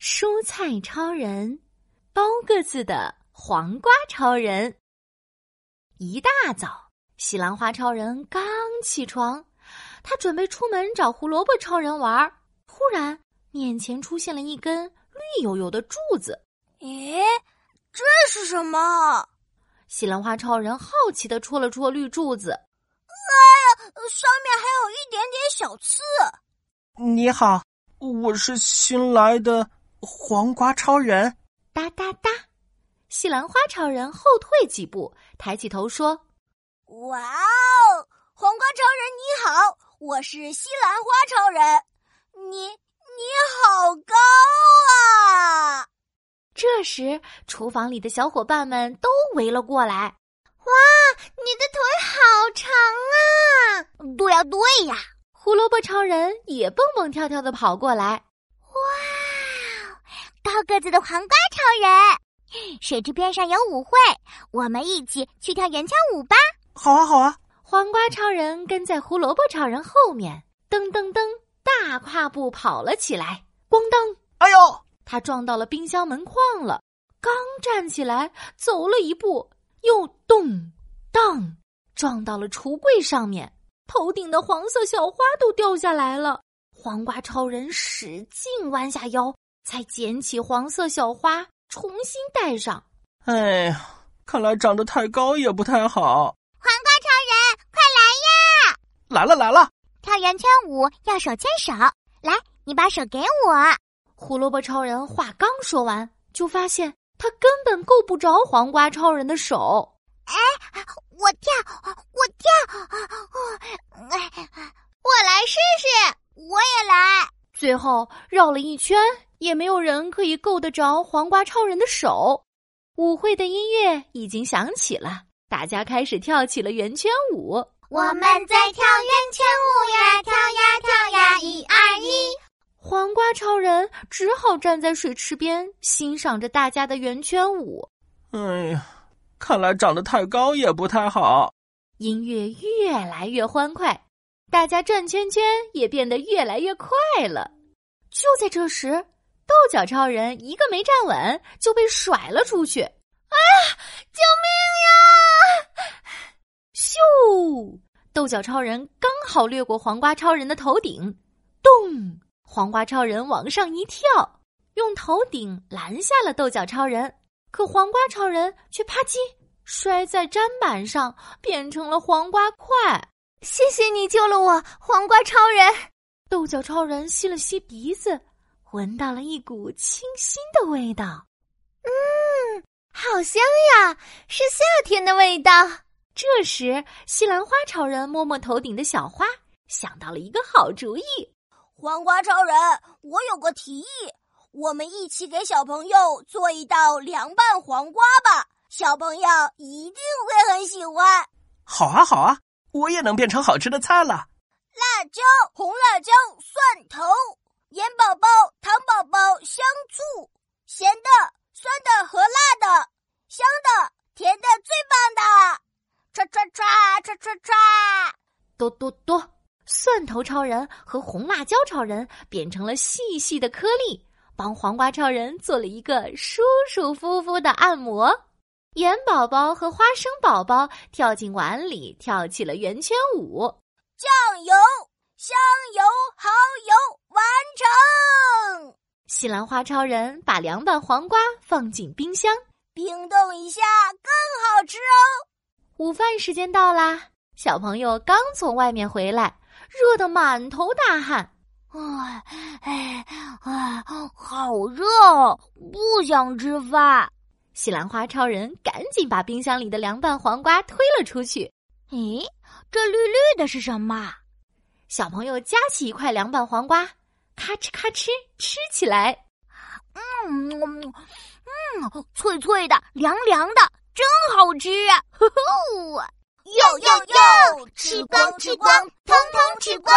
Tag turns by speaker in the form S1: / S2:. S1: 蔬菜超人，包个子的黄瓜超人。一大早，西兰花超人刚起床，他准备出门找胡萝卜超人玩儿。忽然，面前出现了一根绿油油的柱子。
S2: 咦，这是什么？呃
S1: 西兰花超人好奇的戳了戳绿柱子。
S2: 上面还有一点点小刺。
S3: 你好，我是新来的黄瓜超人。
S1: 哒哒哒，西兰花超人后退几步，抬起头说
S2: 哇哦，黄瓜超人你好，我是西兰花超人。你你好高啊！：“
S1: 这时，厨房里的小伙伴们都围了过来。
S2: 你的腿好长啊！对呀、对呀、
S1: 胡萝卜超人也蹦蹦跳跳的跑过来。
S2: 高个子的黄瓜超人。水池边上有舞会，我们一起去跳圆圈舞吧。
S3: 好啊，好啊，
S1: 黄瓜超人跟在胡萝卜超人后面，噔噔噔，大跨步跑了起来。咣当，
S3: 哎呦，
S1: 他撞到了冰箱门框了。刚站起来，走了一步，又咚当撞到了橱柜上面，头顶的黄色小花都掉下来了。黄瓜超人使劲弯下腰，才捡起黄色小花，重新戴上。
S3: 哎呀，看来长得太高也不太好。
S2: 黄瓜超人，快来
S3: 来了，来了，
S2: 呀！跳圆圈舞要手牵手，来，你把手给我。
S1: 胡萝卜超人话刚说完，就发现他根本够不着黄瓜超人的手。
S2: 我跳，我跳，我我来试试，我也来。
S1: 最后绕了一圈，也没有人可以够得着黄瓜超人的手。舞会的音乐已经响起了，大家开始跳起了圆圈舞。
S2: 我们在跳圆圈舞呀，跳呀跳呀，一二一。
S1: 黄瓜超人只好站在水池边，欣赏着大家的圆圈舞。
S3: 哎呀，看来长得太高也不太好。
S1: 音乐越来越欢快，大家转圈圈也变得越来越快了。就在这时，豆角超人一个没站稳就被甩了出去。哎呀！救命呀！咻！豆角超人刚好掠过黄瓜超人的头顶，咚！黄瓜超人往上一跳，用头顶拦下了豆角超人。可黄瓜超人却啪叽摔在砧板上，变成了黄瓜块。
S2: 谢谢你救了我，黄瓜超人。
S1: 豆角超人吸了吸鼻子，闻到了一股清新的味道。
S2: 好香呀，是夏天的味道。
S1: 这时，西兰花超人摸摸头顶的小花，想到了一个好主意。
S2: 黄瓜超人，我有个提议，我们一起给小朋友做一道凉拌黄瓜吧，小朋友一定会很喜欢。
S3: 好啊，好啊，我也能变成好吃的菜了。
S2: 辣椒、红辣椒、蒜头、盐宝宝、糖宝宝、香醋，咸的、酸的和辣的，香的、甜的最棒的，唰唰唰唰唰唰。
S1: 哆哆哆，蒜头超人和红辣椒超人变成了细细的颗粒，帮黄瓜超人做了一个舒舒服服的按摩。盐宝宝和花生宝宝跳进碗里，跳起了圆圈舞。
S2: 酱油、香油、蚝油完成。
S1: 西兰花超人把凉拌黄瓜放进冰箱。
S2: 冰冻一下更好吃哦。
S1: 午饭时间到啦，小朋友刚从外面回来，热得满头大汗。
S2: 哎哎哎，好热哦，不想吃饭。
S1: 西兰花超人赶紧把冰箱里的凉拌黄瓜推了出去。
S2: 咦，这绿绿的是什么？
S1: 小朋友夹起一块凉拌黄瓜，咔哧咔哧吃起来。
S2: 嗯嗯，嗯脆脆的，凉凉的，真好吃啊！呵呵，哟哟哟，吃光吃光，通通吃光。